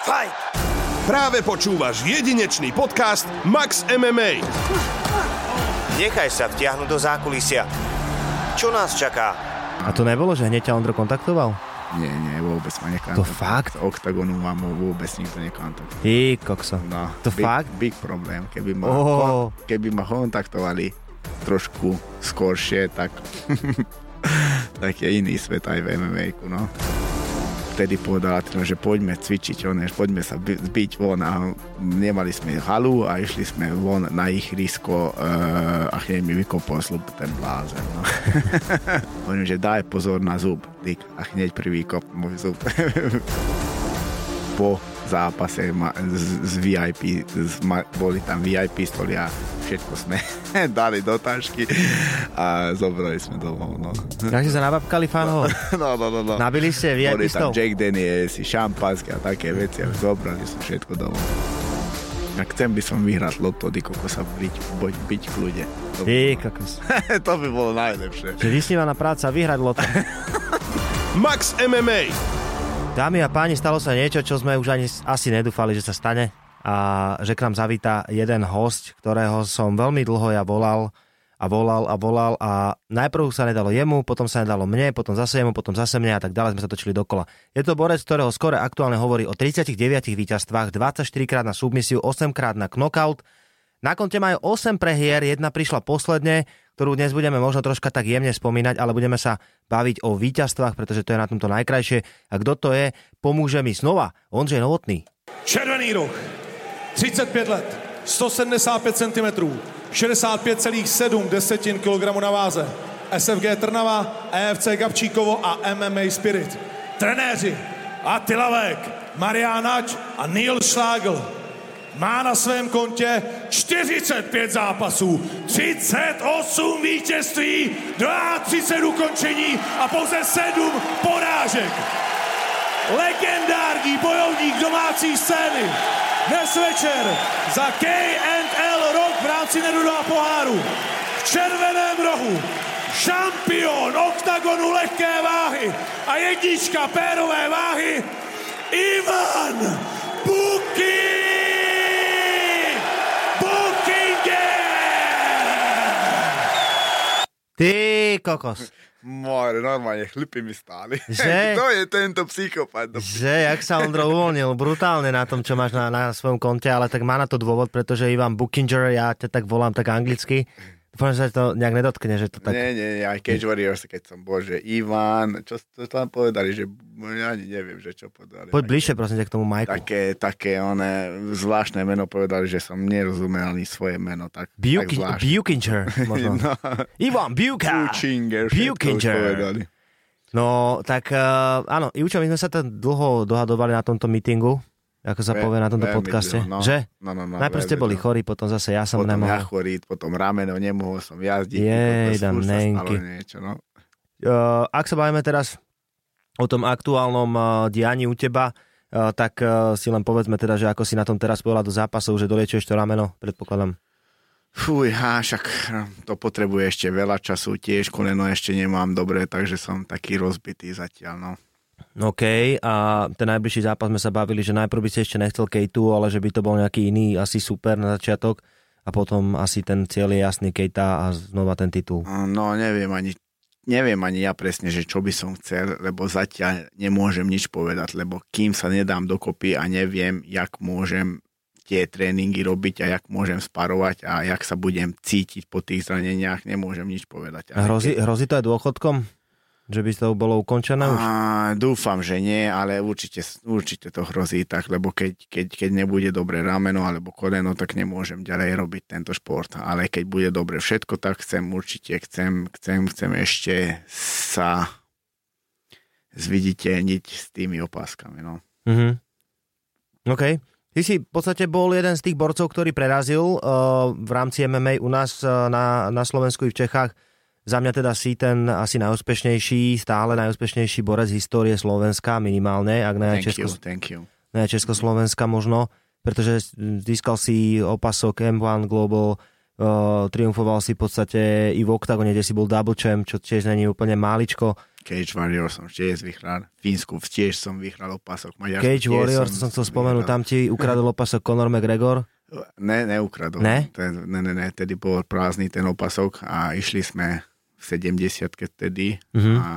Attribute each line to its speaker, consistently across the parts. Speaker 1: Fight!
Speaker 2: Práve počúvaš jedinečný podcast Max MMA.
Speaker 1: Nechaj sa vtiahnuť do zákulisia. Čo nás čaká?
Speaker 3: A to nebolo, že hneď ťa Ondro kontaktoval?
Speaker 4: Nie, nie, vôbec ma
Speaker 3: To
Speaker 4: nekontaktoval.
Speaker 3: fakt?
Speaker 4: Z Octagonu ma mu vôbec nikto nekontaktoval.
Speaker 3: Ty kokso.
Speaker 4: No,
Speaker 3: To
Speaker 4: big,
Speaker 3: fakt?
Speaker 4: Big problém. Keby ma,
Speaker 3: Oh.
Speaker 4: keby ma kontaktovali trošku skôršie, tak, tak je iný svet aj v mma no. Vtedy povedala Trino, že poďme cvičiť, on, poďme sa by- zbiť von a nemali sme halu a išli sme von na ich risko a chvíľ mi vykopol slub ten blázen. No. Hovorím, že daj pozor na zub, tyk, a hneď prvý kop môj zub. po zápase ma, z, z VIP, z, ma, boli tam VIP stolia, všetko sme dali do tašky a zobrali sme domov. No,
Speaker 3: Takže sa nababkali fanho.
Speaker 4: no, no, no. no.
Speaker 3: Nabili ste
Speaker 4: Boli
Speaker 3: VIP-stov.
Speaker 4: tam Jack Daniels, šampanské a také veci, ale zobrali sme všetko domov. Ja chcem by som vyhrať loto, ako sa byť, byť, byť v ľude. To, by,
Speaker 3: Ty kokos.
Speaker 4: to by bolo najlepšie.
Speaker 3: Že vysnívaná práca, vyhrať loto.
Speaker 2: Max MMA.
Speaker 3: Dámy a páni, stalo sa niečo, čo sme už ani s- asi nedúfali, že sa stane. A že k nám zavíta jeden host, ktorého som veľmi dlho ja volal a volal a volal a najprv sa nedalo jemu, potom sa nedalo mne, potom zase jemu, potom zase mne a tak ďalej sme sa točili dokola. Je to borec, ktorého skore aktuálne hovorí o 39 víťazstvách, 24 krát na submisiu, 8 krát na knockout. Na konte majú 8 prehier, jedna prišla posledne, ktorú dnes budeme možno troška tak jemne spomínať, ale budeme sa baviť o víťazstvách, pretože to je na tomto najkrajšie. A kto to je, pomôže mi znova. Ondřej Novotný.
Speaker 5: Červený roh, 35 let, 175 cm, 65,7 desetin kg na váze. SFG Trnava, EFC Gabčíkovo a MMA Spirit. Trenéři Attila Vek, Mariánač a Neil Schlágl. Má na svém kontě 45 zápasů, 38 vítězství, 32 ukončení a pouze 7 porážek legendární bojovník domácí scény. Dnes večer za K&L Rock v rámci Nedudá poháru v červeném rohu šampion oktagonu lehké váhy a jednička pérové váhy Ivan Buky! Bukinger!
Speaker 3: Ty kokos.
Speaker 4: More, normálne, chlipy mi stáli.
Speaker 3: Že?
Speaker 4: to je tento psychopat. no. do
Speaker 3: Že, jak sa Ondro uvoľnil brutálne na tom, čo máš na, na svojom konte, ale tak má na to dôvod, pretože Ivan Bukinger, ja ťa tak volám tak anglicky, dúfam, že sa to nejak nedotkne, že to tak...
Speaker 4: Nie, nie, nie, aj Cage Warriors, keď som, bože, Ivan, čo, čo tam povedali, že ja ani neviem, že čo povedali.
Speaker 3: Poď bližšie, prosím ťa, k tomu Majku.
Speaker 4: Také, také one zvláštne meno povedali, že som nerozumel ani svoje meno, tak, tak
Speaker 3: Buki-
Speaker 4: zvláštne.
Speaker 3: Bukinger, možno.
Speaker 4: No.
Speaker 3: Ivan Buka.
Speaker 4: Bukinger, všetko
Speaker 3: Bukinger.
Speaker 4: už povedali.
Speaker 3: No, tak uh, áno, Jučo, my sme sa tam dlho dohadovali na tomto meetingu, ako sa
Speaker 4: Ve-
Speaker 3: povie na tomto
Speaker 4: veľmi
Speaker 3: podcaste,
Speaker 4: dlho, no.
Speaker 3: že?
Speaker 4: No, no, no,
Speaker 3: Najprv ste
Speaker 4: veľmi
Speaker 3: boli
Speaker 4: dlho.
Speaker 3: chorí, potom zase ja som
Speaker 4: Potom
Speaker 3: nemohol.
Speaker 4: ja chorý, potom rameno, nemohol som jazdiť.
Speaker 3: Jej, dám
Speaker 4: potom sa stalo
Speaker 3: nenky.
Speaker 4: niečo, no.
Speaker 3: Uh, ak sa bavíme teraz o tom aktuálnom uh, dianí u teba, uh, tak uh, si len povedzme teda, že ako si na tom teraz povedal do zápasov, že doliečuješ to rameno, predpokladám.
Speaker 4: Fúj, á, však no, to potrebuje ešte veľa času, tiež koleno ešte nemám dobre, takže som taký rozbitý zatiaľ, no.
Speaker 3: OK, a ten najbližší zápas sme sa bavili, že najprv by si ešte nechcel Kejtu, ale že by to bol nejaký iný asi super na začiatok a potom asi ten cieľ je jasný Kejta a znova ten titul.
Speaker 4: No neviem ani, neviem ani ja presne, že čo by som chcel, lebo zatiaľ nemôžem nič povedať, lebo kým sa nedám dokopy a neviem, jak môžem tie tréningy robiť a jak môžem sparovať a jak sa budem cítiť po tých zraneniach, nemôžem nič povedať.
Speaker 3: A Hrozí, hrozí to aj dôchodkom? Že by to bolo ukončené No už?
Speaker 4: A, dúfam, že nie, ale určite, určite to hrozí tak, lebo keď, keď, keď nebude dobre rameno alebo koleno, tak nemôžem ďalej robiť tento šport. Ale keď bude dobre všetko, tak chcem určite, chcem, chcem, chcem ešte sa zviditeľniť s tými opáskami. No.
Speaker 3: Mhm. OK. Ty si v podstate bol jeden z tých borcov, ktorý prerazil uh, v rámci MMA u nás uh, na, na Slovensku i v Čechách. Za mňa teda si ten asi najúspešnejší, stále najúspešnejší borec histórie Slovenska minimálne, ak ne,
Speaker 4: Thank you,
Speaker 3: Česko,
Speaker 4: thank you.
Speaker 3: ne Československa možno, pretože získal si opasok M1 Global, eh, uh, triumfoval si v podstate i v Octagone, kde si bol double champ, čo tiež není úplne máličko.
Speaker 4: Cage Warrior som tiež vyhral, Fínsku tiež som vyhral opasok, Maďarsku
Speaker 3: Cage
Speaker 4: tiež
Speaker 3: Warrior, to som chcel spomenúť,
Speaker 4: no.
Speaker 3: tam ti ukradol opasok Conor McGregor.
Speaker 4: Ne, neukradol.
Speaker 3: Ne?
Speaker 4: Ten, ne, ne, ne, tedy bol prázdny ten opasok a išli sme v 70 vtedy mm-hmm. a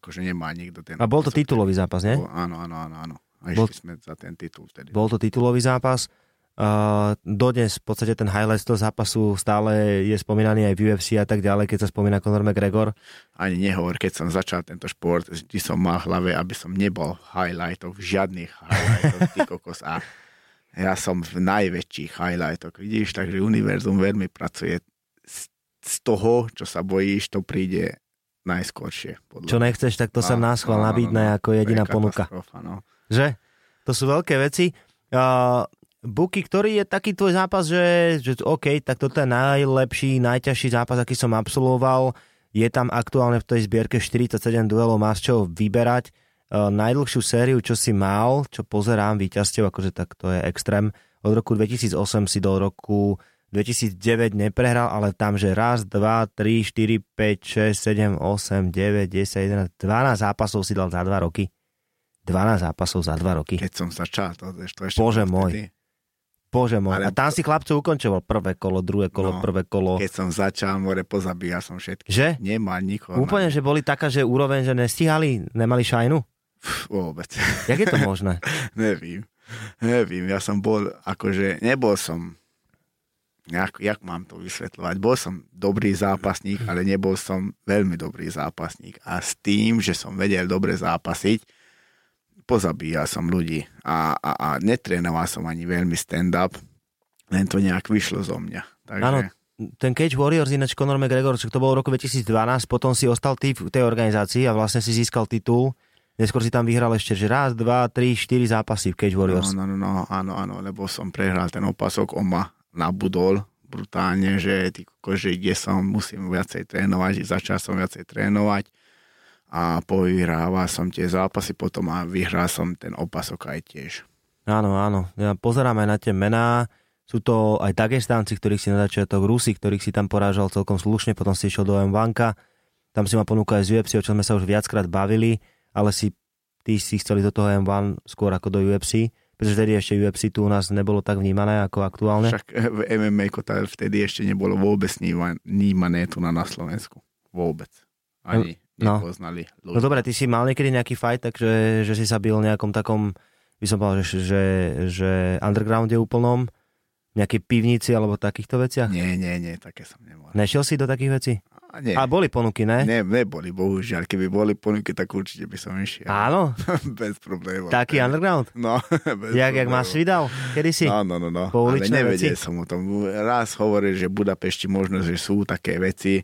Speaker 4: akože nemá nikto ten
Speaker 3: Mhm. A bol to
Speaker 4: opasok.
Speaker 3: titulový zápas, nie?
Speaker 4: Bol- Áno, áno, áno, áno. A
Speaker 3: Bol-
Speaker 4: išli sme za ten titul vtedy.
Speaker 3: Bol to titulový zápas. Uh, dodnes v podstate ten highlight z toho zápasu stále je spomínaný aj v UFC a tak ďalej, keď sa spomína Conor McGregor.
Speaker 4: Ani nehovor, keď som začal tento šport, vždy som mal v hlave, aby som nebol v highlightoch, v žiadnych highlightoch, ty kokos. A ja som v najväčších highlightoch, vidíš, takže univerzum veľmi pracuje. Z, z toho, čo sa bojíš, to príde najskôršie. Podľa
Speaker 3: Čo
Speaker 4: mňa.
Speaker 3: nechceš, tak to sem
Speaker 4: No. Áno,
Speaker 3: náschval
Speaker 4: áno, áno,
Speaker 3: nabídne
Speaker 4: no, to
Speaker 3: ako
Speaker 4: je
Speaker 3: jediná ponuka.
Speaker 4: katastrofa, No.
Speaker 3: Že? To sú veľké veci. Uh, Buky, ktorý je taký tvoj zápas, že, že OK, tak toto je najlepší, najťažší zápas, aký som absolvoval. Je tam aktuálne v tej zbierke 47 duelov, máš čo vyberať. Uh, najdlhšiu sériu, čo si mal, čo pozerám víťazstiev, akože tak to je extrém. Od roku 2008 si do roku 2009 neprehral, ale tam, že raz, dva, tri, štyri, päť, šesť, sedem, osem, deväť, desať, 11, 12 zápasov si dal za dva roky. 12 zápasov za 2 roky.
Speaker 4: Keď som začal, to, to ešte...
Speaker 3: Bože
Speaker 4: bol
Speaker 3: môj.
Speaker 4: vtedy.
Speaker 3: Bože môj. A
Speaker 4: Ale
Speaker 3: tam si chlapcov ukončoval prvé kolo, druhé kolo, no,
Speaker 4: No,
Speaker 3: prvé kolo.
Speaker 4: Keď No, som začal, more, pozabíjal som všetky.
Speaker 3: Že?
Speaker 4: Nemá nikoho.
Speaker 3: Úplne,
Speaker 4: na...
Speaker 3: že boli taká, že úroveň, že nestihali, nemali šajnu.
Speaker 4: Pff, Vôbec.
Speaker 3: Jak je to možné?
Speaker 4: Nevím. Nevím, ja som bol, akože nebol som, jak, jak mám to vysvetľovať, bol som dobrý zápasník, ale nebol som veľmi dobrý zápasník. A s tým, že som vedel dobre zápasiť, pozabíjal som ľudí a, a, a netrénoval som ani veľmi stand-up, len to nejak vyšlo zo mňa. Takže,
Speaker 3: Áno, ten Cage Warriors, ináč Conor McGregor, čo to bolo v roku 2012, potom si ostal ty v tej organizácii a vlastne si získal titul. Neskôr si tam vyhral ešte, že raz, dva, tri, štyri zápasy v Cage Warriors.
Speaker 4: No, no, no, no, áno, áno, lebo som prehral ten opasok, on ma nabudol brutálne, že ty kokos, že kde som, musím viacej trénovať, začal som viacej trénovať a povyhrával som tie zápasy potom a vyhral som ten opasok aj tiež.
Speaker 3: Áno, áno. Ja pozerám aj na tie mená. Sú to aj Dagestánci, ktorých si na začiatok Rusi, ktorých si tam porážal celkom slušne, potom si išiel do M-Banka. Tam si ma ponúka aj z UFC, o čom sme sa už viackrát bavili, ale si, tí si chceli do toho M1 skôr ako do UFC, pretože tedy ešte UFC tu u nás nebolo tak vnímané ako aktuálne.
Speaker 4: Však eh, v MMA kota vtedy ešte nebolo vôbec níma- nímané tu na, na Slovensku. Vôbec. Ani
Speaker 3: No.
Speaker 4: nepoznali
Speaker 3: No
Speaker 4: ľudia.
Speaker 3: dobre, ty si mal niekedy nejaký fight, takže že si sa bil v nejakom takom, by som povedal, že, že, že undergrounde úplnom, nejakej pivnici alebo takýchto veciach?
Speaker 4: Nie, nie, nie, také som nemal.
Speaker 3: Nešiel si do takých vecí?
Speaker 4: A nie,
Speaker 3: A boli ponuky, ne?
Speaker 4: ne, neboli, bohužiaľ. Keby boli ponuky, tak určite by som išiel.
Speaker 3: Áno,
Speaker 4: Bez problémov.
Speaker 3: taký underground.
Speaker 4: No, bez
Speaker 3: Jak, jak
Speaker 4: problémov.
Speaker 3: máš vidal, kedy si.
Speaker 4: No, no, no, no. Ale
Speaker 3: Pouličné veci?
Speaker 4: nevedel som o tom. Raz hovoril, že v Budapešti možno, že sú také veci,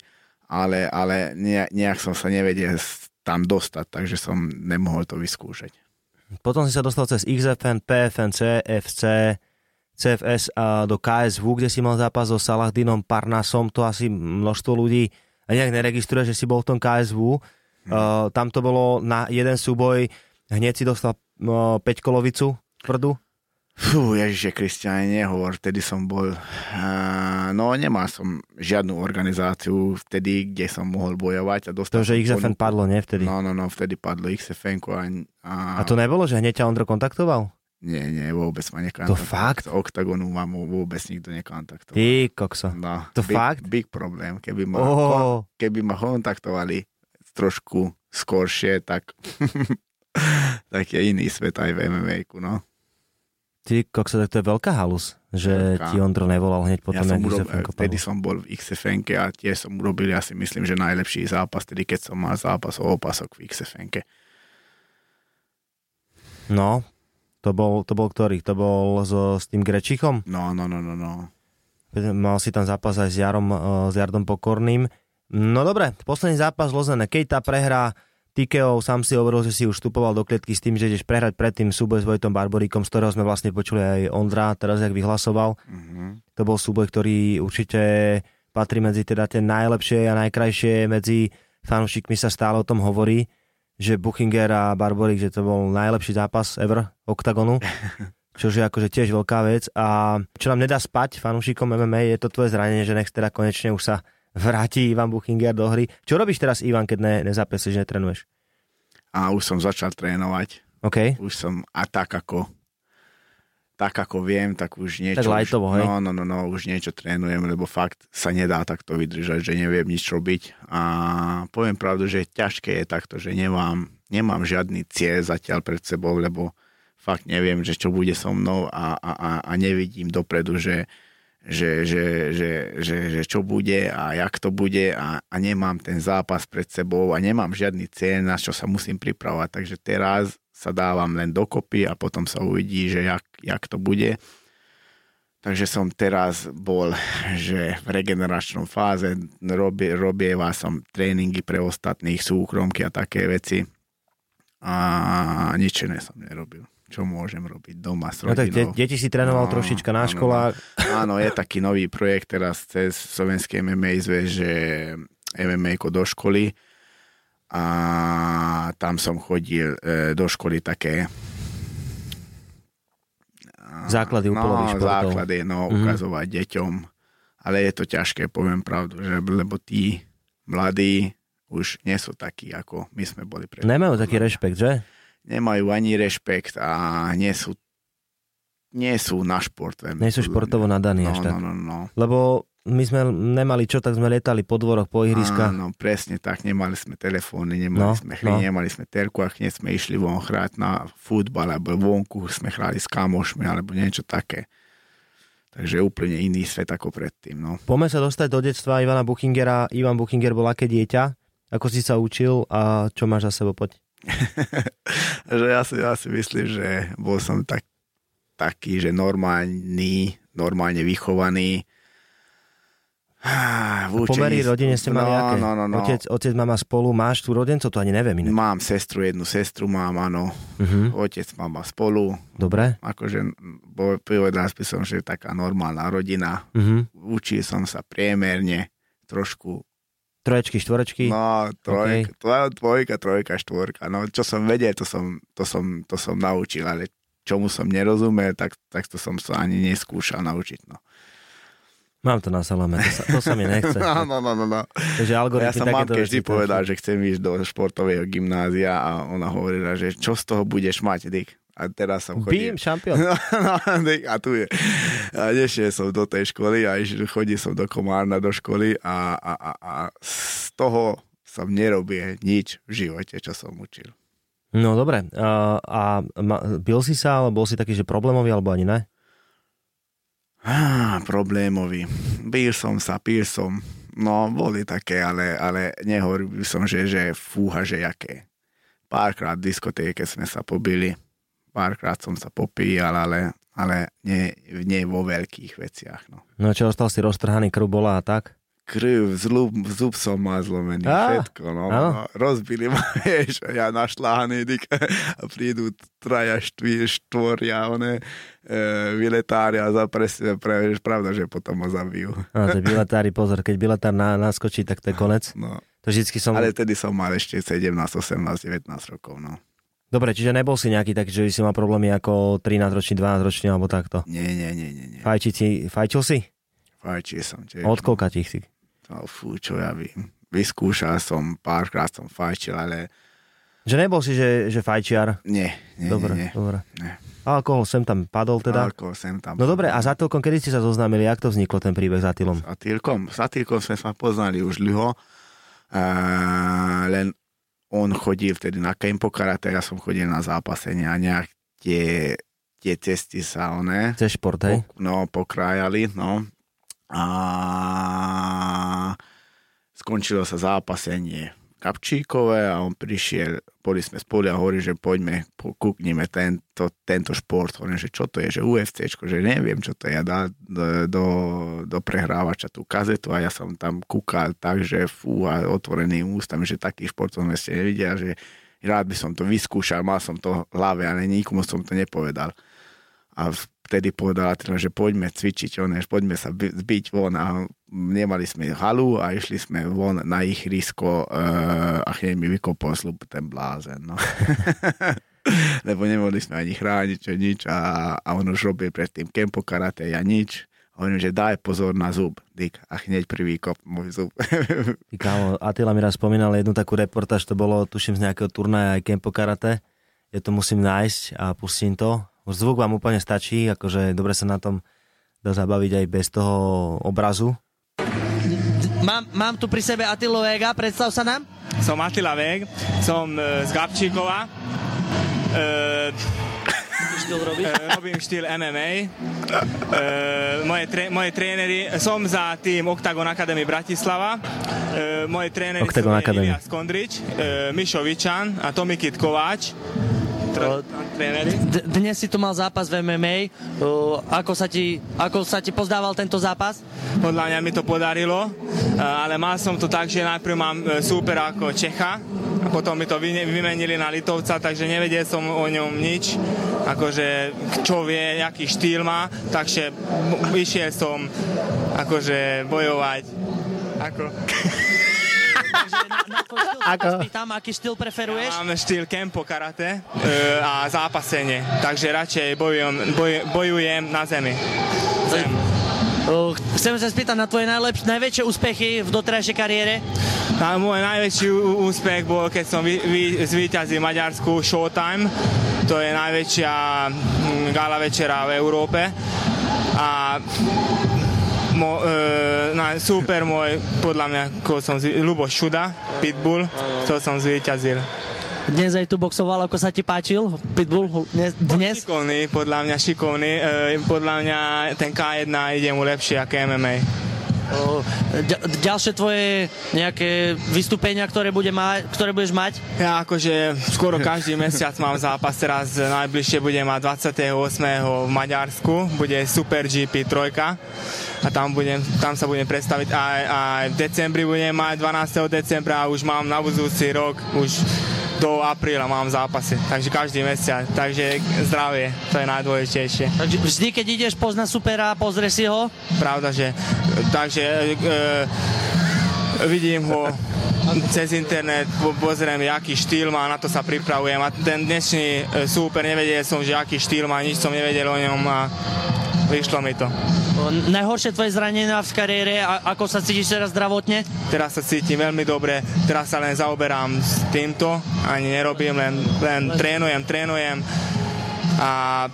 Speaker 4: ale, ale nejak, nejak som sa nevedel s- tam dostať, takže som nemohol to vyskúšať.
Speaker 3: Potom si sa dostal cez XFN, PFN, CFC, CFS a do KSV, kde si mal zápas so Salahdinom Parnasom, to asi množstvo ľudí nejak neregistruje, že si bol v tom KSV.
Speaker 4: Hm.
Speaker 3: Uh, tam to bolo na jeden súboj, hneď si dostal uh, 5 kolovicu tvrdú.
Speaker 4: Fú, Ježiše Kristiane, nehovor, vtedy som bol, uh, no nemal som žiadnu organizáciu vtedy, kde som mohol bojovať a dostal
Speaker 3: Takže
Speaker 4: som
Speaker 3: XFN
Speaker 4: ponuku.
Speaker 3: padlo, nie vtedy.
Speaker 4: No, no, no, vtedy padlo XFN a, a,
Speaker 3: A to nebolo, že hneď ťa Ondro kontaktoval?
Speaker 4: nie, nie, vôbec ma
Speaker 3: To
Speaker 4: nekontaktoval.
Speaker 3: fakt?
Speaker 4: Z Octagonu ma mu vôbec nikto nekontaktoval.
Speaker 3: Ty kokso.
Speaker 4: No,
Speaker 3: To
Speaker 4: big,
Speaker 3: fakt?
Speaker 4: Big problém. Keby ma, oh.
Speaker 3: Oh,
Speaker 4: keby ma kontaktovali trošku skôršie, tak, tak je iný svet aj v mma no.
Speaker 3: ty kokso, tak to je veľká halus, že
Speaker 4: Veľká.
Speaker 3: ti Ondro nevolal hneď potom,
Speaker 4: ja som eh,
Speaker 3: jak
Speaker 4: urobil,
Speaker 3: XFN padlo.
Speaker 4: vtedy som bol v xfn a tiež som urobil, ja si myslím, že najlepší zápas, tedy keď som mal zápas o opasok v xfn
Speaker 3: No, to bol, to bol ktorý? To bol so, s tým Grečichom?
Speaker 4: No, no, no, no, no.
Speaker 3: Mal si tam zápas aj s, Jarom, eh, s Jardom Pokorným. No dobre, posledný zápas Lozene. Keď tá prehrá Tikeov, sám si hovoril, že si už vstupoval do klietky s tým, že ideš prehrať predtým súboj s Vojtom Barboríkom, z ktorého sme vlastne počuli aj Ondra, teraz jak vyhlasoval.
Speaker 4: Mhm.
Speaker 3: To bol súboj, ktorý určite patrí medzi teda tie najlepšie a najkrajšie medzi fanúšikmi sa stále o tom hovorí, že Buchinger a Barborík, že to bol najlepší zápas ever OKTAGONu, čo je akože tiež veľká vec a čo nám nedá spať fanúšikom MMA je to tvoje zranenie, že nech teda konečne už sa vráti Ivan Buchinger do hry. Čo robíš teraz, Ivan, keď ne, nezapesiš, netrenuješ?
Speaker 4: A už som začal trénovať.
Speaker 3: OK.
Speaker 4: Už som a tak ako tak ako viem, tak už niečo...
Speaker 3: lightovo, hej?
Speaker 4: už, No, no, no, no, už niečo trénujem, lebo fakt sa nedá takto vydržať, že neviem nič robiť. A poviem pravdu, že ťažké je takto, že nemám, nemám žiadny cieľ zatiaľ pred sebou, lebo fakt neviem, že čo bude so mnou a, a, a, a nevidím dopredu, že, že, že, že, že, že čo bude a jak to bude a, a nemám ten zápas pred sebou a nemám žiadny cieľ, na čo sa musím pripravovať. Takže teraz sa dávam len dokopy a potom sa uvidí, že jak, jak to bude. Takže som teraz bol, že v regeneračnom fáze robie, robieva som tréningy pre ostatných, súkromky a také veci a nič iné som nerobil. Čo môžem robiť doma s
Speaker 3: No
Speaker 4: rodinou?
Speaker 3: tak de- deti si trénoval
Speaker 4: No,
Speaker 3: trošička na
Speaker 4: áno,
Speaker 3: školách.
Speaker 4: Áno, je taký nový projekt teraz cez slovenské MMA zväz, že MMA ko do školy a tam som chodil e, do školy také
Speaker 3: Základy
Speaker 4: no,
Speaker 3: upolových športov. Mhm.
Speaker 4: základy, no, ukazovať mm-hmm. deťom. Ale je to ťažké, poviem pravdu, že, lebo tí mladí už nie sú takí, ako my sme boli pred
Speaker 3: Nemajú taký rešpekt, že?
Speaker 4: nemajú ani rešpekt a nie sú, nie sú na šport. veľmi
Speaker 3: Nie sú
Speaker 4: podľa
Speaker 3: športovo
Speaker 4: mňa.
Speaker 3: nadaní
Speaker 4: no,
Speaker 3: až tak.
Speaker 4: No, no, no.
Speaker 3: Lebo my sme nemali čo, tak sme letali po dvoroch, po ihriskách.
Speaker 4: Áno, presne tak, nemali sme telefóny, nemali
Speaker 3: No,
Speaker 4: no, sme hry,
Speaker 3: no.
Speaker 4: no. nemali sme terku a hneď sme išli von hrať na futbal, alebo vonku sme hrali s kamošmi, alebo niečo také. Takže úplne iný svet ako predtým, no.
Speaker 3: Poďme sa dostať do detstva Ivana Buchingera. Ivan Buchinger bol aké dieťa? Ako si sa učil a čo máš za sebou? Poď.
Speaker 4: že ja si, ja si myslím, že bol som tak, taký, že normálny, normálne vychovaný. Ah, v
Speaker 3: Pomery
Speaker 4: učení-
Speaker 3: rodine ste mali
Speaker 4: no,
Speaker 3: aké?
Speaker 4: No, no, no.
Speaker 3: Otec, otec, mama spolu. Máš tu rodencov? To ani neviem inak.
Speaker 4: Mám sestru, jednu sestru mám, áno.
Speaker 3: Mhm.
Speaker 4: Otec, mama spolu.
Speaker 3: Dobre.
Speaker 4: Akože bo- povedal by som, že taká normálna rodina.
Speaker 3: Mhm.
Speaker 4: Učil som sa priemerne, trošku
Speaker 3: Troječky, štvorečky.
Speaker 4: No, trojka, okay. dvojka, trojka, štvorka. No, čo som vedel, to som, to som, to som naučil, ale čomu som nerozumel, tak, tak to som sa ani neskúšal naučiť. No,
Speaker 3: Mám to na salame, to sa, to sa mi nechce.
Speaker 4: no, no, no. no, no.
Speaker 3: Takže algoritmy
Speaker 4: Ja som
Speaker 3: takéto
Speaker 4: mamke
Speaker 3: veci
Speaker 4: vždy
Speaker 3: trošku-
Speaker 4: povedal, že chcem ísť do športového gymnázia a ona hovorila, že čo z toho budeš mať, Dick? A teraz som chodil...
Speaker 3: Bím, šampión.
Speaker 4: No, no, Dick, a tu je. A nešiel som do tej školy a iš- chodil som do Komárna do školy a, a, a, a z toho som nerobil nič v živote, čo som učil.
Speaker 3: No dobre. A, a ma- bil si sa, alebo bol si taký, že problémový, alebo ani ne?
Speaker 4: Á, problémový. Pil som sa, pil som. No, boli také, ale, ale nehovoril by som, že, že fúha, že jaké. Párkrát v diskotéke sme sa pobili, párkrát som sa popíjal, ale, ale nie, nie vo veľkých veciach. No.
Speaker 3: No čo, ostal si roztrhaný krúbola a tak?
Speaker 4: Krv, zlub, zub som má zlomený,
Speaker 3: Á,
Speaker 4: všetko. No,
Speaker 3: áno.
Speaker 4: no, rozbili ma, vieš, a ja našláhaný, dyk, a prídu traja, štví, štvoria, one, e, vyletária, zapres, pre, pravda, že potom ma zabijú.
Speaker 3: No, to je bilatári, pozor, keď bilatár na, naskočí, tak to je konec.
Speaker 4: No.
Speaker 3: To vždycky som...
Speaker 4: Ale vtedy som mal ešte 17, 18, 19 rokov, no.
Speaker 3: Dobre, čiže nebol si nejaký taký, že by si mal problémy ako 13-ročný, 12-ročný alebo takto.
Speaker 4: Nie, nie, nie, nie, nie.
Speaker 3: Fajči si, fajčil si?
Speaker 4: Fajčil som tiež.
Speaker 3: Od koľka tých si?
Speaker 4: No, fú, čo ja vím. Vyskúšal som, párkrát som fajčil, ale
Speaker 3: Že nebol si, že, že fajčiar?
Speaker 4: nie, nie,
Speaker 3: Dobre,
Speaker 4: nie, nie.
Speaker 3: dobre.
Speaker 4: nie.
Speaker 3: Alkohol sem tam padol teda.
Speaker 4: Alkohol sem tam.
Speaker 3: No dobre, a za Atylkom, kedy ste sa zoznámili? Jak to vzniklo ten príbeh s Atylom?
Speaker 4: S Atýlkom. S Atýlkom sme sa poznali už dlho. Uh, len on chodil vtedy na kempo karate, ja som chodil na zápasenia a nejak tie, tie cesty sa oné,
Speaker 3: Cez šport, hej?
Speaker 4: Pok- no, pokrájali, no. A skončilo sa zápasenie Kapčíkové a on prišiel, boli sme spolu a hovorí, že poďme, po- kúknime tento, tento šport. Hovorím, že čo to je, že UFC, že neviem, čo to je. Ja dá do, do, do prehrávača tú kazetu a ja som tam kúkal tak, že fú, a otvoreným ústam, že taký šport som ešte nevidel, že rád by som to vyskúšal, mal som to v hlave, ale nikomu som to nepovedal a vtedy povedala tréner, že poďme cvičiť, oné, že poďme sa by- zbiť von a nemali sme halu a išli sme von na ich risko a hneď mi vykopol slub ten blázen. No. Lebo nemohli sme ani chrániť, čo nič a, a on už robil predtým kempo karate, ja nič. A Hovorím, že daj pozor na zub, dik. A hneď prvý kop môj zub.
Speaker 3: Ty Kámo, Atila mi raz spomínal jednu takú reportáž, to bolo tuším z nejakého turnaja aj Kempo Karate. Ja to musím nájsť a pustím to. Už zvuk vám úplne stačí, akože dobre sa na tom dá zabaviť aj bez toho obrazu.
Speaker 6: Mám, mám tu pri sebe Atilo Vega, predstav sa nám.
Speaker 7: Som Attila Vek, som e, z Gabčíkova. E, e, robím štýl MMA. E, moje, tre, moje tréneri, som za tým Octagon Academy Bratislava. E, moje tréneri
Speaker 3: Octagon
Speaker 7: sú
Speaker 3: Academy.
Speaker 7: Ilias Kondrič, e, Mišo Vičan a Tomikit Kováč. Tr- tréneri.
Speaker 6: D- dnes si tu mal zápas v MMA. Uh, ako, sa ti, ako sa ti pozdával tento zápas?
Speaker 7: Podľa mňa mi to podarilo, e, ale mal som to tak, že najprv mám e, súper ako Čecha, a potom mi to vyne- vymenili na Litovca, takže nevedel som o ňom nič, akože čo vie, aký štýl má, takže m- išiel som akože bojovať. Ako?
Speaker 3: Ako?
Speaker 6: Pýtam, aký štýl preferuješ?
Speaker 7: Mám štýl kempo karate e, a zápasenie, takže radšej bojujem, boj- bojujem na zemi. Zem.
Speaker 6: Uh, chcem sa spýtať na tvoje najlepš- najväčšie úspechy v doterajšej kariére.
Speaker 7: A môj najväčší ú- úspech bol, keď som vy, vy, zvýťazil Maďarskú Showtime. To je najväčšia mm, gala večera v Európe. A mo, e, na, super môj, podľa mňa, koho som zvý, Lubo Šuda, Pitbull, to som zvýťazil.
Speaker 6: Dnes aj tu boxoval, ako sa ti páčil? Pitbull dnes? dnes?
Speaker 7: Šikovný, podľa mňa šikovný. E, podľa mňa ten K1 ide mu lepšie ako MMA.
Speaker 6: Uh, ďa- ďalšie tvoje nejaké vystúpenia, ktoré, bude ma- ktoré budeš mať?
Speaker 7: Ja akože skoro každý mesiac mám zápas, teraz najbližšie budem mať 28. v Maďarsku, bude Super GP3 a tam, budem, tam sa budem predstaviť aj, aj v decembri budem mať 12. decembra a už mám na budúci rok, už do apríla mám zápasy, takže každý mesiac, takže zdravie, to je najdôležitejšie.
Speaker 6: Takže vždy, keď ideš, pozna supera, pozri si ho.
Speaker 7: Pravda, že takže e, vidím ho cez internet, po- pozriem, aký štýl má, na to sa pripravujem. A ten dnešný e, súper, nevedel som, že aký štýl má, nič som nevedel o ňom a vyšlo mi to.
Speaker 6: Uh, Najhoršie tvoje zranenia v kariére, a- ako sa cítiš teraz zdravotne?
Speaker 7: Teraz sa cítim veľmi dobre, teraz sa len zaoberám s týmto, ani nerobím, len, len trénujem, trénujem a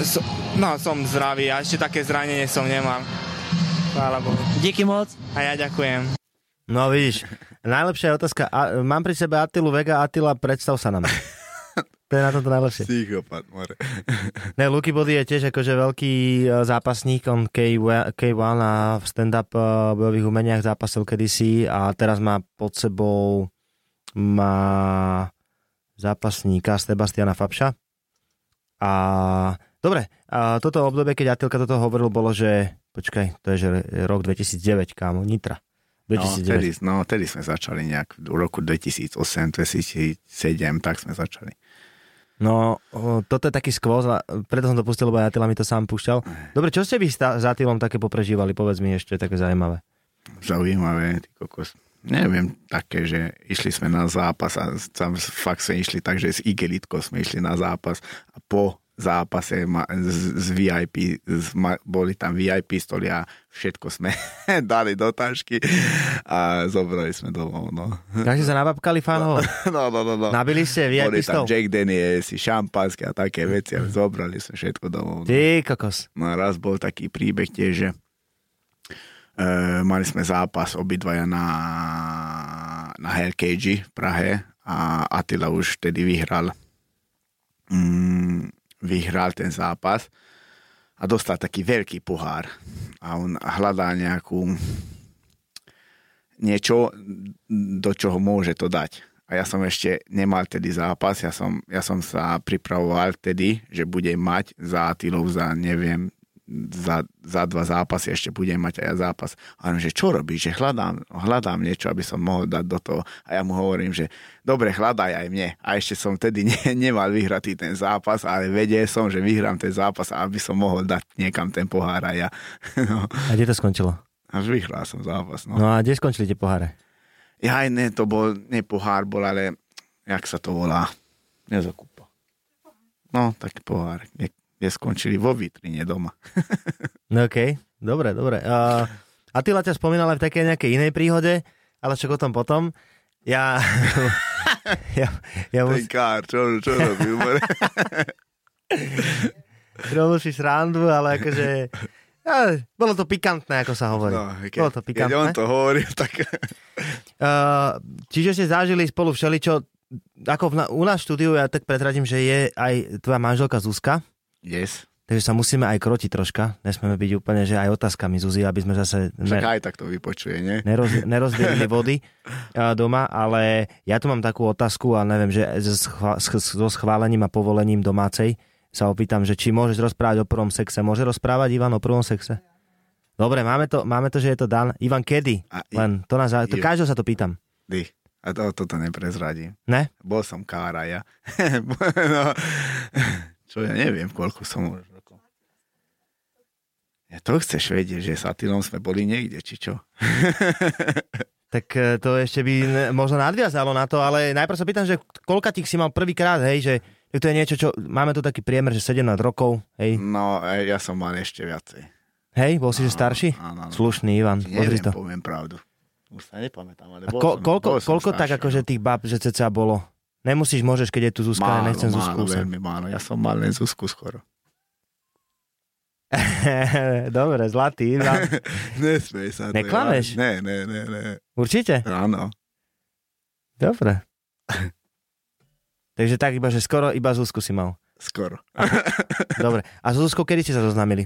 Speaker 7: so, no, som zdravý a ešte také zranenie som nemal. Chvála Bohu.
Speaker 6: Díky moc.
Speaker 7: A ja ďakujem.
Speaker 3: No vidíš, najlepšia je otázka. A, mám pri sebe Atilu Vega, Atila, predstav sa nám. To je na tomto najlepšie.
Speaker 4: Psychopat, more.
Speaker 3: Ne, Luky Body je tiež akože veľký e, zápasník, on K1, K1 a v stand-up e, bojových umeniach zápasil kedysi a teraz má pod sebou má zápasníka Sebastiana Fabša. A dobre, a toto obdobie, keď Atilka toto hovoril, bolo, že počkaj, to je že rok 2009, kámo, Nitra.
Speaker 4: No, tedy,
Speaker 3: 2009.
Speaker 4: no, tedy sme začali nejak v roku 2008, 2007, tak sme začali.
Speaker 3: No, o, toto je taký skvoz, a preto som to pustil, lebo aj Atila mi to sám púšťal. Dobre, čo ste vy sta- za Atilom také poprežívali, povedz mi ešte také zaujímavé.
Speaker 4: Zaujímavé, ty kokos. Neviem, také, že išli sme na zápas a tam fakt sme išli tak, že s igelitkou sme išli na zápas a po zápase ma, z, z VIP, z, ma, boli tam VIP stoli a všetko sme dali do tašky a zobrali sme domov, no.
Speaker 3: Tak ste sa nababkali fanho.
Speaker 4: No, no, no, no.
Speaker 3: Nabili ste
Speaker 4: Boli
Speaker 3: VIP
Speaker 4: tam
Speaker 3: stov.
Speaker 4: Jack Daniels, šampanské a také veci a zobrali sme všetko domov. no.
Speaker 3: Ty kokos.
Speaker 4: No a raz bol taký príbeh tiež, že e, mali sme zápas obidvaja na, na Hellcage v Prahe a Attila už vtedy vyhral mm, vyhral ten zápas a dostal taký veľký pohár a on hľadá nejakú niečo, do čoho môže to dať. A ja som ešte nemal tedy zápas, ja som, ja som sa pripravoval tedy, že budem mať za Atilov, za neviem, za, za dva zápasy ešte budem mať aj ja zápas. A on, že čo robíš, že hľadám, hľadám niečo, aby som mohol dať do toho. A ja mu hovorím, že dobre, hľadaj aj mne. A ešte som tedy ne, nemal vyhratý ten zápas, ale vedel som, že vyhrám ten zápas, aby som mohol dať niekam ten pohár aj ja. No,
Speaker 3: A kde to skončilo?
Speaker 4: až vyhral som zápas. No.
Speaker 3: No a kde skončili tie poháre?
Speaker 4: Ja aj ne, to bol, ne pohár bol, ale jak sa to volá? Nezakúpa. No, taký pohár. Kde, kde skončili vo vitrine doma.
Speaker 3: No okej. Okay. Dobre, dobre. Uh, Atila ťa spomínal aj v takej nejakej inej príhode, ale však o tom potom. Ja... ja, ja mus,
Speaker 4: Ten kár, čo, čo robí? Umre.
Speaker 3: robil si srandu, ale akože... Ja, bolo to pikantné, ako sa hovorí.
Speaker 4: No,
Speaker 3: Okay.
Speaker 4: keď,
Speaker 3: Bolo to
Speaker 4: keď on
Speaker 3: pikantné.
Speaker 4: to hovoril, tak
Speaker 3: Uh, čiže ste zažili spolu všeličo. Ako v na, u nás v štúdiu, ja tak pretradím, že je aj tvoja manželka Zuzka,
Speaker 4: yes.
Speaker 3: takže sa musíme aj krotiť troška. Nesmieme byť úplne, že aj otázkami Zuzi, aby sme zase
Speaker 4: Však
Speaker 3: ne,
Speaker 4: aj tak to vypočuje, nie?
Speaker 3: neroz, nerozdelili vody uh, doma, ale ja tu mám takú otázku a neviem, že so schvá- s- so schválením a povolením domácej sa opýtam, že či môžeš rozprávať o prvom sexe. Môže rozprávať Ivan o prvom sexe? Dobre, máme to, máme to že je to Dan. Ivan, kedy?
Speaker 4: A i-
Speaker 3: Len to nás, to,
Speaker 4: Ivan.
Speaker 3: každého sa to pýtam.
Speaker 4: Ty. A to, toto neprezradím.
Speaker 3: Ne?
Speaker 4: Bol som kára ja. no, čo ja neviem, koľko som už rokov. Ja to chceš vedieť, že s Atilom sme boli niekde, či čo?
Speaker 3: Tak e, to ešte by ne- možno nadviazalo na to, ale najprv sa pýtam, že koľka tých si mal prvýkrát, hej, že že to je niečo, čo máme tu taký priemer, že 17 rokov, hej,
Speaker 4: No, e, ja som mal ešte viacej.
Speaker 3: hej, bol si že starší?
Speaker 4: áno, áno.
Speaker 3: Slušný Ivan, pozri
Speaker 4: Neviem,
Speaker 3: to.
Speaker 4: poviem pravdu. Už sa nepamätám, ale
Speaker 3: A
Speaker 4: bol
Speaker 3: ko,
Speaker 4: som,
Speaker 3: koľko,
Speaker 4: bol som
Speaker 3: koľko tak
Speaker 4: starší, no.
Speaker 3: akože tých bab, že cca bolo? Nemusíš, môžeš, keď je tu Zuzka, ja
Speaker 4: Málo,
Speaker 3: nechcem Zuzku.
Speaker 4: málo,
Speaker 3: sa-
Speaker 4: veľmi málo. Ja som mal len Zuzku skoro.
Speaker 3: Dobre, zlatý Ivan.
Speaker 4: Nesmej sa. to je
Speaker 3: Neklameš?
Speaker 4: vážne. Ne, ne, ne, ne.
Speaker 3: Určite?
Speaker 4: Áno.
Speaker 3: Dobre. Takže tak iba, že skoro iba Zuzku si mal.
Speaker 4: Skoro.
Speaker 3: Dobre. A s Zuzkou kedy ste sa zoznámili?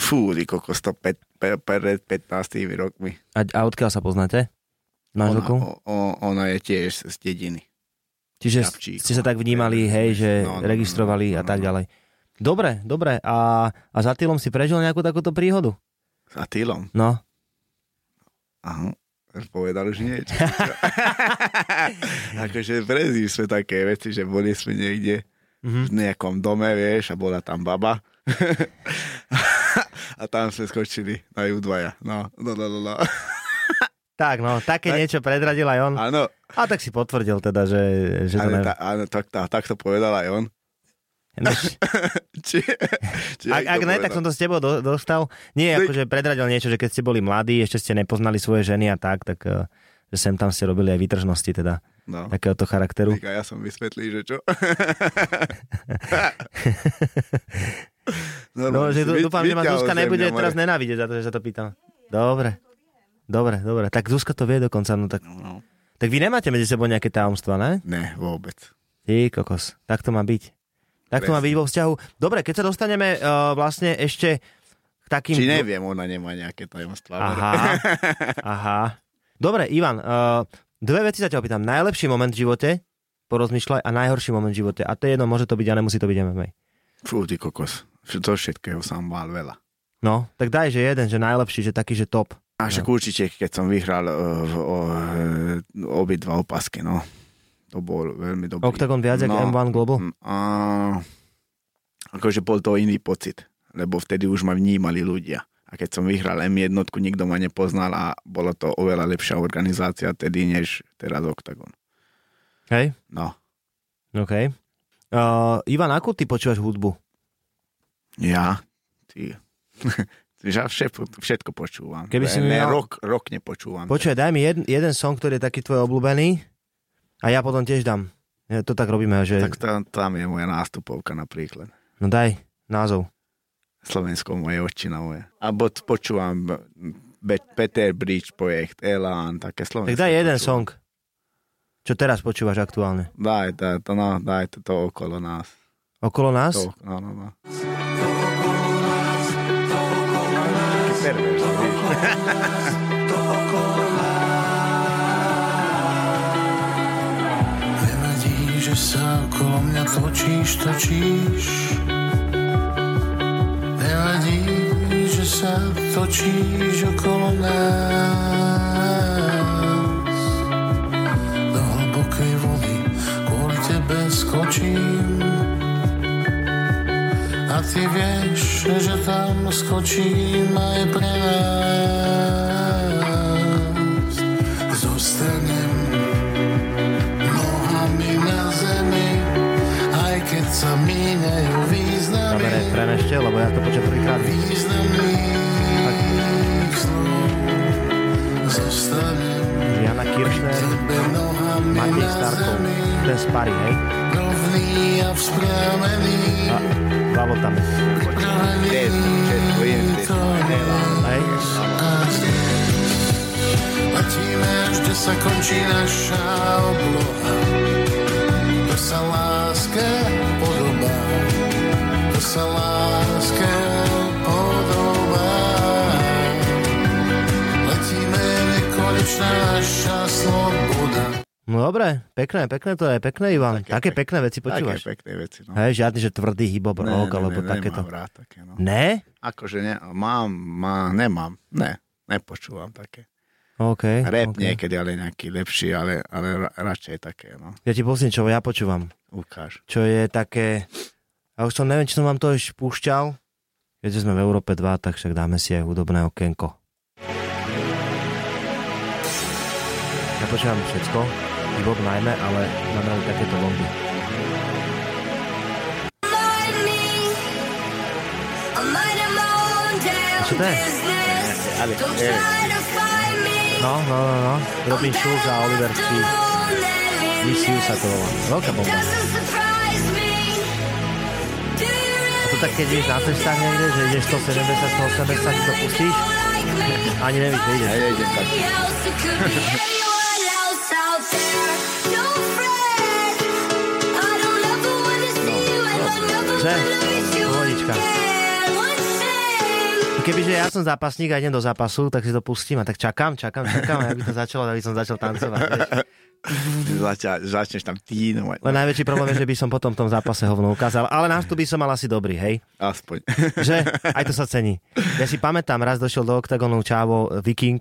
Speaker 4: Fú, ty kokos, to pet, pe, pred 15 rokmi.
Speaker 3: A, a odkiaľ sa poznáte?
Speaker 4: Ona,
Speaker 3: Manželkou?
Speaker 4: o, o, ona je tiež z dediny.
Speaker 3: Čiže
Speaker 4: Ďabčík.
Speaker 3: ste sa tak vnímali, hej, že
Speaker 4: No, no, no,
Speaker 3: registrovali a
Speaker 4: no, no,
Speaker 3: tak
Speaker 4: no.
Speaker 3: ďalej. Dobre, dobre. A, a za Tylom si prežil nejakú takúto príhodu?
Speaker 4: S Atilom.
Speaker 3: No.
Speaker 4: Aha. Povedal už niečo. akože prezili sme také veci, že boli sme niekde
Speaker 3: Mhm.
Speaker 4: v nejakom dome, vieš, a bola tam baba. a tam sme skočili na ju dvaja. No, no, no, no. no.
Speaker 3: Tak, no, také
Speaker 4: Tak-
Speaker 3: niečo predradil aj on. A,
Speaker 4: Áno,
Speaker 3: tak si potvrdil teda, že, že to
Speaker 4: ale
Speaker 3: ne...
Speaker 4: tá, áno, tak, tá, tak to povedal aj on.
Speaker 3: Než,
Speaker 4: Či, či
Speaker 3: ak, ak ne, tak som
Speaker 4: no.
Speaker 3: to s tebou do, dostal. Nie,
Speaker 4: Tak-
Speaker 3: akože predradil niečo, že keď ste boli mladí, ešte ste nepoznali svoje ženy a tak, tak eh, že sem tam ste robili aj výtržnosti teda
Speaker 4: No.
Speaker 3: takéhoto charakteru.
Speaker 4: Tak a ja som vysvetlil, že čo?
Speaker 3: No, že
Speaker 4: vy-
Speaker 3: dú- dúfam, že ma
Speaker 4: vyťahol
Speaker 3: Zuzka
Speaker 4: ze
Speaker 3: nebude
Speaker 4: mňa moje-
Speaker 3: teraz nenávidieť za to, že sa to pýtam. Dobre. Dobre, dobre. Tak Zuzka to vie dokonca, no tak...
Speaker 4: No.
Speaker 3: Tak vy nemáte medzi sebou nejaké tajomstva, ne?
Speaker 4: Ne, vôbec.
Speaker 3: Ty kokos, tak to má byť. Tak to má
Speaker 4: Presne.
Speaker 3: byť vo vzťahu. Dobre, keď sa dostaneme uh, vlastne ešte k takým...
Speaker 4: Či neviem, ona nemá nejaké tajomstvá.
Speaker 3: Aha, aha. Dobre, Ivan, uh, dve veci sa ťa opýtam. Najlepší moment v živote, porozmýšľaj, a najhorší moment v živote. A to je jedno, môže to byť a nemusí to byť MMA.
Speaker 4: Fú, ty kokos. To všetkého som mal veľa.
Speaker 3: No, tak daj, že jeden, že najlepší, že taký, že top.
Speaker 4: A však určite, keď som vyhral uh, o, uh, obidva opasky, no. To bol veľmi dobrý.
Speaker 3: Octagon viac, no.
Speaker 4: No.
Speaker 3: M1 Global.
Speaker 4: Mm, A, akože bol to iný pocit, lebo vtedy už ma vnímali ľudia. A keď som vyhral M1, nikto ma nepoznal a bola to oveľa lepšia organizácia tedy, než teraz Octagon.
Speaker 3: Hej?
Speaker 4: No,
Speaker 3: OK. Uh, Ivan, ako ty počúvaš hudbu?
Speaker 4: ja, ty... Ja všetko, všetko počúvam.
Speaker 3: Keby si mi
Speaker 4: ne,
Speaker 3: mal-
Speaker 4: rok, rok nepočúvam.
Speaker 3: Počúvaj, daj mi jed, jeden song, ktorý je taký tvoj obľúbený a ja potom tiež dám. Ja, to tak robíme, že...
Speaker 4: Tak tam, tam je moja nástupovka napríklad.
Speaker 3: No daj názov.
Speaker 4: Slovensko moje, očina moje. A bod počúvam Be- Peter Bridge projekt, Elan, také
Speaker 3: Tak
Speaker 4: slovenské.
Speaker 3: daj jeden
Speaker 4: počúvam.
Speaker 3: song. Čo teraz počúvaš aktuálne?
Speaker 4: Daj, daj, to, no, daj to, to okolo nás.
Speaker 3: Okolo nás?
Speaker 4: To, no, no, no. Perverzný.
Speaker 8: Nevadí, že sa okolo mňa točíš, točíš. Nevadí, že sa točíš okolo nás. Do hlbokej vody kvôli tebe skočím. A ty vieš, že tam skočím aj pre nás. Zostanem nohami na zemi, aj keď sa míňajú významy.
Speaker 3: Dáme refrén ešte. ešte, lebo ja to počujem prvýkrát.
Speaker 8: Významný vzduch zostavím
Speaker 3: Jana Kiršner,
Speaker 8: tebe nohami
Speaker 3: Matej
Speaker 8: na
Speaker 3: Starkov,
Speaker 8: zemi,
Speaker 3: ten spary, hej?
Speaker 8: rovný a vzpriamený,
Speaker 3: A Vavo tam,
Speaker 8: pripravený
Speaker 4: Desno, četko, idete.
Speaker 8: to je.
Speaker 3: hej?
Speaker 8: Letíme, až kde sa končí naša obloha. To sa láske podobá. To sa láske podobá. Letíme, nekonečná naša sloboda.
Speaker 3: No dobre, pekné, pekné to je, pekné Ivan. Také,
Speaker 4: pek-
Speaker 3: pekné veci počúvaš.
Speaker 4: Také pekné veci, no.
Speaker 3: Hej, žiadny, že tvrdý hip-hop rock, alebo
Speaker 4: nemám
Speaker 3: takéto.
Speaker 4: rád také, no.
Speaker 3: Ne?
Speaker 4: Akože ne, mám, má, nemám, ne, nepočúvam také.
Speaker 3: OK. Eh,
Speaker 4: Rap
Speaker 3: OK.
Speaker 4: niekedy, ale nejaký lepší, ale, ale ra- radšej také, no.
Speaker 3: Ja ti poviem, čo ja počúvam.
Speaker 4: Ukáž.
Speaker 3: Čo je také... A už som neviem, či som vám to už púšťal. Keďže sme v Európe 2, tak však dáme si aj hudobné okienko. Ja počúvam všetko, hip-hop najmä, ale mám rád takéto bomby.
Speaker 9: Čo to je?
Speaker 4: Ale, eh,
Speaker 3: No, no, no, no.
Speaker 9: Robin Schulz a Oliver Tree.
Speaker 3: VCU sa to volá. Veľká bomba.
Speaker 9: A to tak, keď ideš na cestách niekde, že ideš 170, 180, si to pustíš?
Speaker 3: Ani nevíš, že ide.
Speaker 4: ja idem tak.
Speaker 9: Že?
Speaker 3: Pohodička.
Speaker 9: Pohodička.
Speaker 3: Kebyže ja som zápasník a idem do zápasu, tak si to pustím a tak čakám, čakám, čakám a ja by to začalo, aby som začal tancovať. vieš.
Speaker 4: Zača, začneš tam no, tínovať.
Speaker 3: Len najväčší problém je, že by som potom v tom zápase hovno ukázal. Ale nás tu by som mal asi dobrý, hej.
Speaker 4: Aspoň.
Speaker 3: Že? Aj to sa cení. Ja si pamätám, raz došiel do oktagonu Čávo eh, Viking.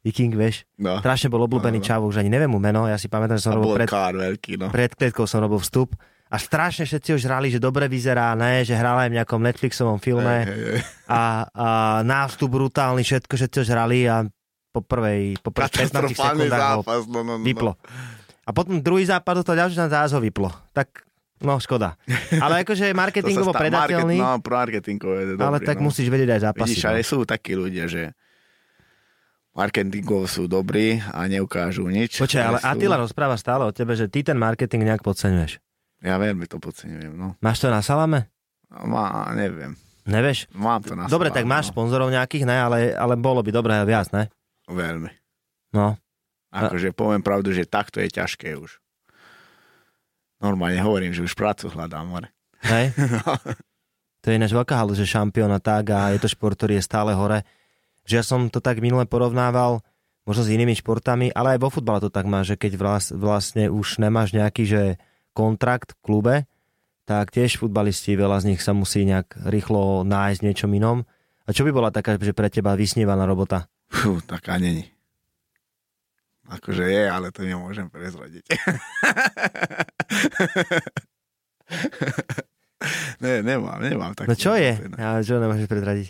Speaker 3: Viking, vieš?
Speaker 4: No.
Speaker 3: Strašne bol obľúbený Čávo, už ani neviem mu meno. Ja si pamätám, že
Speaker 4: A
Speaker 3: som
Speaker 4: bol
Speaker 3: robil pred,
Speaker 4: kár veľký, no.
Speaker 3: pred kletkou som robil vstup. A strašne všetci už hrali, že dobre vyzerá, ne, že hral aj v nejakom Netflixovom filme.
Speaker 4: Hej, hej.
Speaker 3: a, a nástup brutálny, všetko, všetko žrali a po prvej, po prvej 15
Speaker 4: Katastrofálny
Speaker 3: sekundách ho
Speaker 4: zápas, no, no, no.
Speaker 3: vyplo. A potom druhý zápas dostal ďalší tam zás ho vyplo. Tak, no škoda. Ale akože je
Speaker 4: To sa
Speaker 3: marketingovo
Speaker 4: stá-
Speaker 3: predateľný,
Speaker 4: Market, no, pro marketingové je dobrý,
Speaker 3: ale tak
Speaker 4: no.
Speaker 3: musíš vedieť aj zápasy.
Speaker 4: Vidíš, ale sú takí ľudia, že marketingovo sú dobrí a neukážu nič.
Speaker 3: Počkaj, ale
Speaker 4: sú-
Speaker 3: Attila rozpráva stále o tebe, že ty ten marketing nejak podceňuješ.
Speaker 4: Ja veľmi to podceňujem, no.
Speaker 3: Máš to na salame?
Speaker 4: Má, neviem.
Speaker 3: Nevieš?
Speaker 4: Mám to na
Speaker 3: Dobre, tak
Speaker 4: slávne,
Speaker 3: máš
Speaker 4: no.
Speaker 3: sponzorov nejakých, ne, ale, ale bolo by dobré viac, ne?
Speaker 4: Veľmi.
Speaker 3: No.
Speaker 4: Akože poviem pravdu, že takto je ťažké už. Normálne hovorím, že už prácu hľadám, more.
Speaker 3: Hej? To je ináč veľká halu, že šampióna tak a je to šport, ktorý je stále hore. Že ja som to tak minule porovnával možno s inými športami, ale aj vo futbale to tak má, že keď vlas, vlastne už nemáš nejaký že kontrakt v klube, tak tiež futbalisti, veľa z nich sa musí nejak rýchlo nájsť v niečom inom. A čo by bola taká, že pre teba vysnívaná robota?
Speaker 4: Fú, taká není. Akože je, ale to nemôžem prezradiť. ne, nemám, nemám takú.
Speaker 3: No čo je?
Speaker 4: robotu, no.
Speaker 3: Ja, čo nemôžeš predradiť?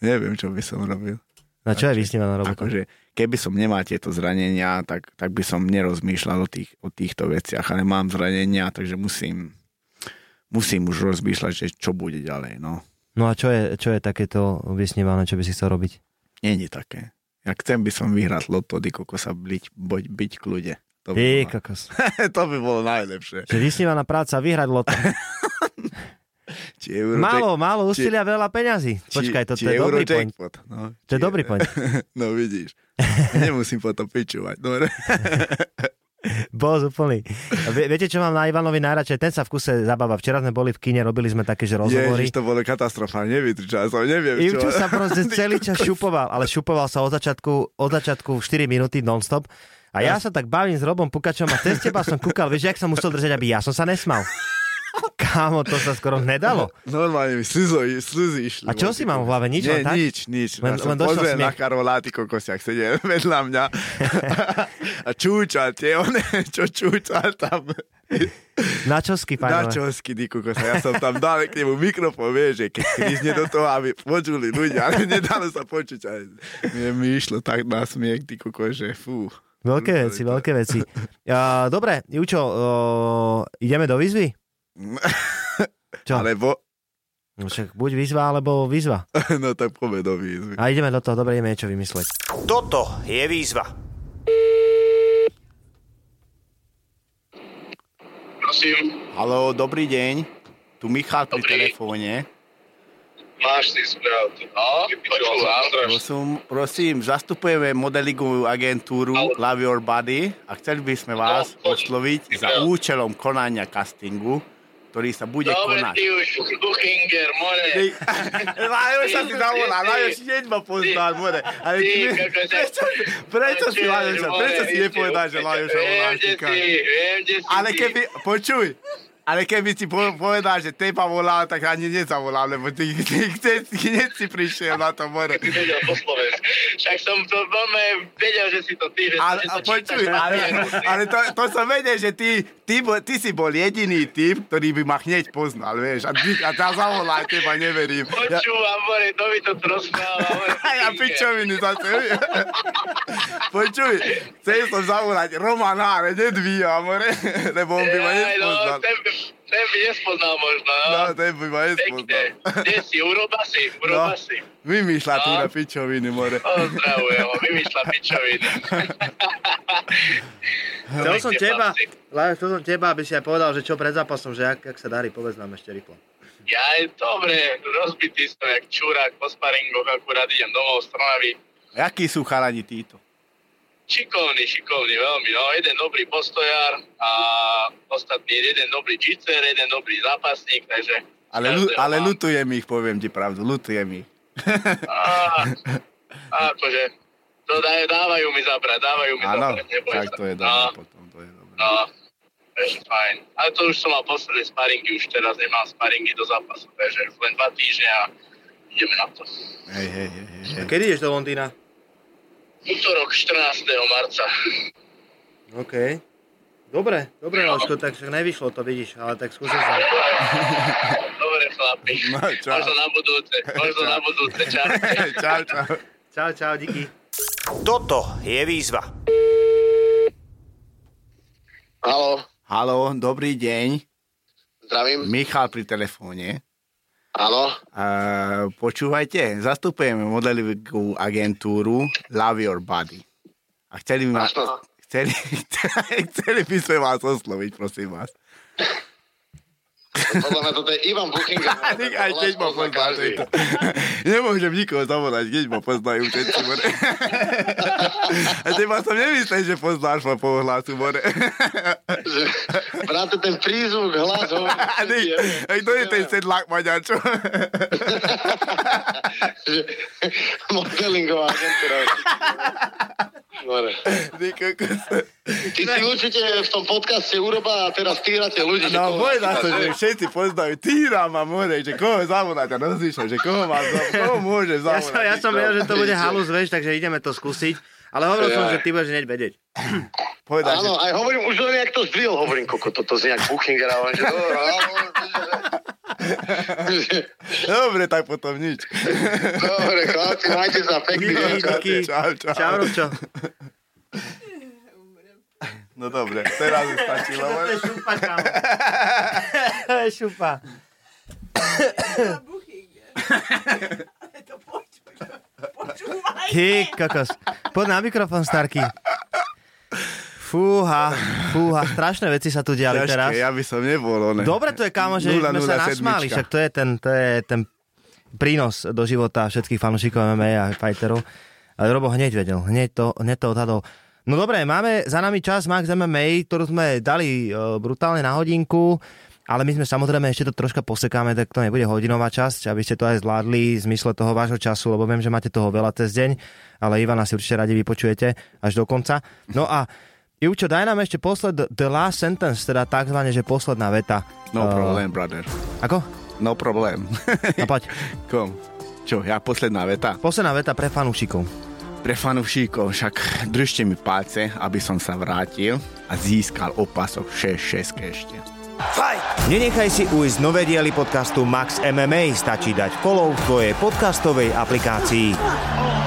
Speaker 4: Neviem, čo by som robil.
Speaker 3: No čo je vysnívaná robota?
Speaker 4: Akože, keby som nemal tieto zranenia, tak, tak by som nerozmýšľal o, tých, o týchto veciach, ale mám zranenia, takže musím, musím už rozmýšľať, že čo bude ďalej. No,
Speaker 3: No a čo je, čo je takéto vysnívané, čo by si chcel robiť?
Speaker 4: není také. Ja chcem by som vyhrať loto, koko sa byť, byť, byť k ľude. To by,
Speaker 3: Ty
Speaker 4: bolo,
Speaker 3: kokos.
Speaker 4: to by bolo najlepšie.
Speaker 3: Že vysnívaná práca, vyhrať loto.
Speaker 4: Či Eurojack-
Speaker 3: Málo, málo
Speaker 4: či-
Speaker 3: úsilia, veľa peňazí.
Speaker 4: či-
Speaker 3: Počkaj, to,
Speaker 4: či
Speaker 3: to je dobrý point.
Speaker 4: Eurojackpot, No,
Speaker 3: To je dobrý point.
Speaker 4: No vidíš. Nemusím potom pičovať. No,
Speaker 3: Bol úplný. A vie- Viete, čo mám na Ivanovi najradšej? Ten sa v kuse zabáva. Včera sme boli v kine, robili sme také, že rozhovory.
Speaker 4: Ježiš, to bolo katastrofa. Nevytričal som, neviem čo.
Speaker 3: Ivčo sa proste celý čas šupoval, ale šupoval sa od začiatku, od začiatku 4 minúty nonstop. A ja sa tak bavím s Robom Pukačom a cez teba som kúkal, vieš, jak som musel držať, aby ja som sa nesmal. Kámo, to sa skoro nedalo.
Speaker 4: Normálne mi slzy, slzy išli.
Speaker 3: A čo si mal v hlave? Nič,
Speaker 4: Nie,
Speaker 3: len tak?
Speaker 4: nič, nič.
Speaker 3: Len-
Speaker 4: Len, ja som
Speaker 3: len došiel
Speaker 4: pozrel
Speaker 3: smiech.
Speaker 4: na Karoláty kokosiak, sedel vedľa mňa a čúčal tie one, čo čúčal tam.
Speaker 3: Načosky,
Speaker 4: Na
Speaker 3: pánové.
Speaker 4: čo skinny kokosa, ja som tam dal k nemu mikrofón, vieš, že keď krizne do toho, aby počuli ľudia, ale nedalo sa počuť. A mne mi išlo tak na smiech, ty kokos, že fú. No,
Speaker 3: Veľké veci, veľké veci. Uh, dobre, Jučo, uh, ideme do výzvy? Čo?
Speaker 4: Alebo
Speaker 3: No Však buď výzva, alebo výzva.
Speaker 4: no tak poďme do výzvy.
Speaker 3: A ideme do toho, dobre, ideme niečo vymysleť.
Speaker 1: Toto je výzva.
Speaker 10: Prosím,
Speaker 4: Halo, dobrý deň. Tu Michal pri
Speaker 10: Dobrý.
Speaker 4: telefóne.
Speaker 10: máš si spravdu. No, počúvam.
Speaker 4: Prosím, prosím, zastupujeme modelingovú agentúru Love Your Body a chceli by sme vás
Speaker 10: No,
Speaker 4: osloviť za
Speaker 10: no.
Speaker 4: účelom konania castingu, ktorý sa bude
Speaker 10: Dobre,
Speaker 4: konať.
Speaker 10: ty už Buchinger, more.
Speaker 4: Lajoš sa ti zavolal, Lajoš hneď ma poznal, more. Ale
Speaker 10: Ty,
Speaker 4: ty,
Speaker 10: kokos,
Speaker 4: prečo, prečo si Lajoša, prečo si
Speaker 10: more,
Speaker 4: nepovedal, že
Speaker 10: ty-
Speaker 4: Lajoša voláš,
Speaker 10: Viem, že
Speaker 4: ty
Speaker 10: si,
Speaker 4: kokos?
Speaker 10: viem, že si.
Speaker 4: Ale
Speaker 10: ty.
Speaker 4: keby, počuj, ale keby si po- povedal, že teba volal, tak ani nezavolal, lebo ty, ty, ty, ty hneď si prišiel na to more.
Speaker 10: Ty vedel po slovensku. Však som to veľmi vedel, že si to ty, že
Speaker 4: Ale,
Speaker 10: že
Speaker 4: a
Speaker 10: to
Speaker 4: počuj,
Speaker 10: čítaš.
Speaker 4: ale, ale to, to som vedel, že ty, ty, bo- ty si bol jediný typ, ktorý by ma hneď poznal, vieš. A, ty, a tá zavolá, teba neverím. Ja,
Speaker 10: Počúvam, more, to mi to rozpráva. more,
Speaker 4: a ja
Speaker 10: Buchinger.
Speaker 4: pičoviny zase. Počuj, chcel som zavolať Romana, ale nedvíjam, more, lebo on by ma
Speaker 10: Jaj, no,
Speaker 4: nespoznal.
Speaker 10: ten by- ten by nespoznal možno, no.
Speaker 4: No, ten by ma
Speaker 10: Pekne.
Speaker 4: nespoznal.
Speaker 10: Kde si? U Robasy, u
Speaker 4: No,
Speaker 10: Robasy.
Speaker 4: vymýšľa tu
Speaker 10: No. Oh.
Speaker 4: na pičoviny, more.
Speaker 10: Pozdravujem, ho, vymýšľa pičoviny.
Speaker 3: Chcel som teba, Lajoš, chcel som teba, aby si aj povedal, že čo pred zápasom, že ak, ak sa darí, povedz nám ešte rýchlo.
Speaker 10: Ja je dobre, rozbitý som jak čurák po sparingoch, akurát idem domov z Trnavy.
Speaker 4: Jakí sú chalani títo?
Speaker 10: Šikovný, šikovný veľmi, no. Jeden dobrý postojar a ostatný jeden dobrý džicer, jeden dobrý zápasník, takže...
Speaker 4: Ale, lu-
Speaker 10: každého
Speaker 4: ale
Speaker 10: mám.
Speaker 4: lutujem ich, poviem ti pravdu, lutujem ich.
Speaker 10: Á, á, akože, to daj, dávajú mi zabrať, dávajú mi
Speaker 4: Áno,
Speaker 10: zabrať, neboj
Speaker 4: tak
Speaker 10: sa.
Speaker 4: to je
Speaker 10: No,
Speaker 4: dobré potom, to je dobré.
Speaker 10: No, takže fajn. Ale to už som mal posledné sparingy, už teraz nemám sparingy do zápasu, takže už len dva týždne a ideme na to.
Speaker 4: Hej, hej, hej, hej, hej.
Speaker 3: Kedy ideš do Londýna?
Speaker 10: Útorok 14. marca.
Speaker 3: OK. Dobre, dobre, Lajoško, tak však nevyšlo to, vidíš, ale tak skúsim sa.
Speaker 10: Dobre, chlapi.
Speaker 4: No, čau.
Speaker 10: Možno na budúce, možno na budúce. Čau.
Speaker 4: čau, čau.
Speaker 3: Čau, čau, díky.
Speaker 1: Toto je výzva.
Speaker 10: Halo,
Speaker 4: Halo, dobrý deň.
Speaker 10: zdravím.
Speaker 4: Michal pri telefóne.
Speaker 10: Áno,
Speaker 4: Uh, počúvajte, zastupujeme modelovú agentúru Love Your Body. A chceli by, ma,
Speaker 10: Áno.
Speaker 4: chceli, chceli by sme vás osloviť, prosím vás.
Speaker 10: podľa mňa toto je Ivan Buchinga.
Speaker 4: Aj, aj keď ma pozná, to je to. Nemôžem nikoho zavolať, keď ma poznajú všetci, more. A teba som nemyslel, že poznáš ma po hlasu, more.
Speaker 10: Práve ten prízvuk, hlas hovorí.
Speaker 4: A ty, a kto je ten sedlák Maďar, čo?
Speaker 10: Že- Modelingová agentúra. Dobre.
Speaker 4: Ty kokos.
Speaker 10: Ty si určite v tom podcaste uroba a teraz týrate ľudí. že
Speaker 4: No,
Speaker 10: koho
Speaker 4: povedal som, že
Speaker 10: týrate.
Speaker 4: všetci poznajú, týra ma, more, že koho zavolať a rozmýšľam, že koho mám, za- koho môže
Speaker 3: Ja
Speaker 4: zavolať.
Speaker 3: som, ja som vedel, že to bude halus, vieš, takže ideme to skúsiť. Ale hovoril som,
Speaker 10: Jaj.
Speaker 3: že ty budeš hneď vedieť.
Speaker 4: Povedal, že
Speaker 10: Áno, aj hovorím, už len jak to zdvihol, hovorím, koko, toto z nejak Buchingera, ale že... "Dobre, áno, že-
Speaker 4: dobre, tak potom nič.
Speaker 10: Dobre, chlapci, majte sa
Speaker 3: Díky,
Speaker 10: pekný večer.
Speaker 3: díky.
Speaker 4: Čau, čau.
Speaker 3: Čau, Robčo.
Speaker 4: No dobre, teraz už stačilo. more.
Speaker 3: šupa, kámo. To je šupa. Ty kokos. Poď na mikrofón, Starky. Fúha, fúha, strašné veci sa tu diali teraz.
Speaker 4: Ťažké, ja by som nebol, one.
Speaker 3: Dobre to je, kámo, že
Speaker 4: Nula,
Speaker 3: sme sa
Speaker 4: nula,
Speaker 3: nasmáli,
Speaker 4: sedmička.
Speaker 3: však to je ten, to je ten prínos do života všetkých fanúšikov MMA a fighterov. Ale Robo hneď vedel, hneď to, hneď to odhadol. No dobre, máme za nami čas Max MMA, ktorú sme dali e, brutálne na hodinku, ale my sme samozrejme ešte to troška posekáme, tak to nebude hodinová časť, aby ste to aj zvládli v zmysle toho vášho času, lebo viem, že máte toho veľa cez deň, ale Ivana si určite radi vypočujete až do konca. No a Jučo, daj nám ešte posled, the last sentence, teda takzvané, že posledná veta.
Speaker 4: No
Speaker 3: Eh,
Speaker 4: problém, brother.
Speaker 3: Ako?
Speaker 4: No problém.
Speaker 3: No poď.
Speaker 4: Kom? Čo, ja posledná veta?
Speaker 3: Posledná veta pre fanúšikov.
Speaker 4: Pre fanúšikov však držte mi palce, aby som sa vrátil a získal opasok 6-6 ešte.
Speaker 1: Nenechaj si ujsť nové diely podcastu Max MMA. Stačí dať follow v tvojej podcastovej aplikácii.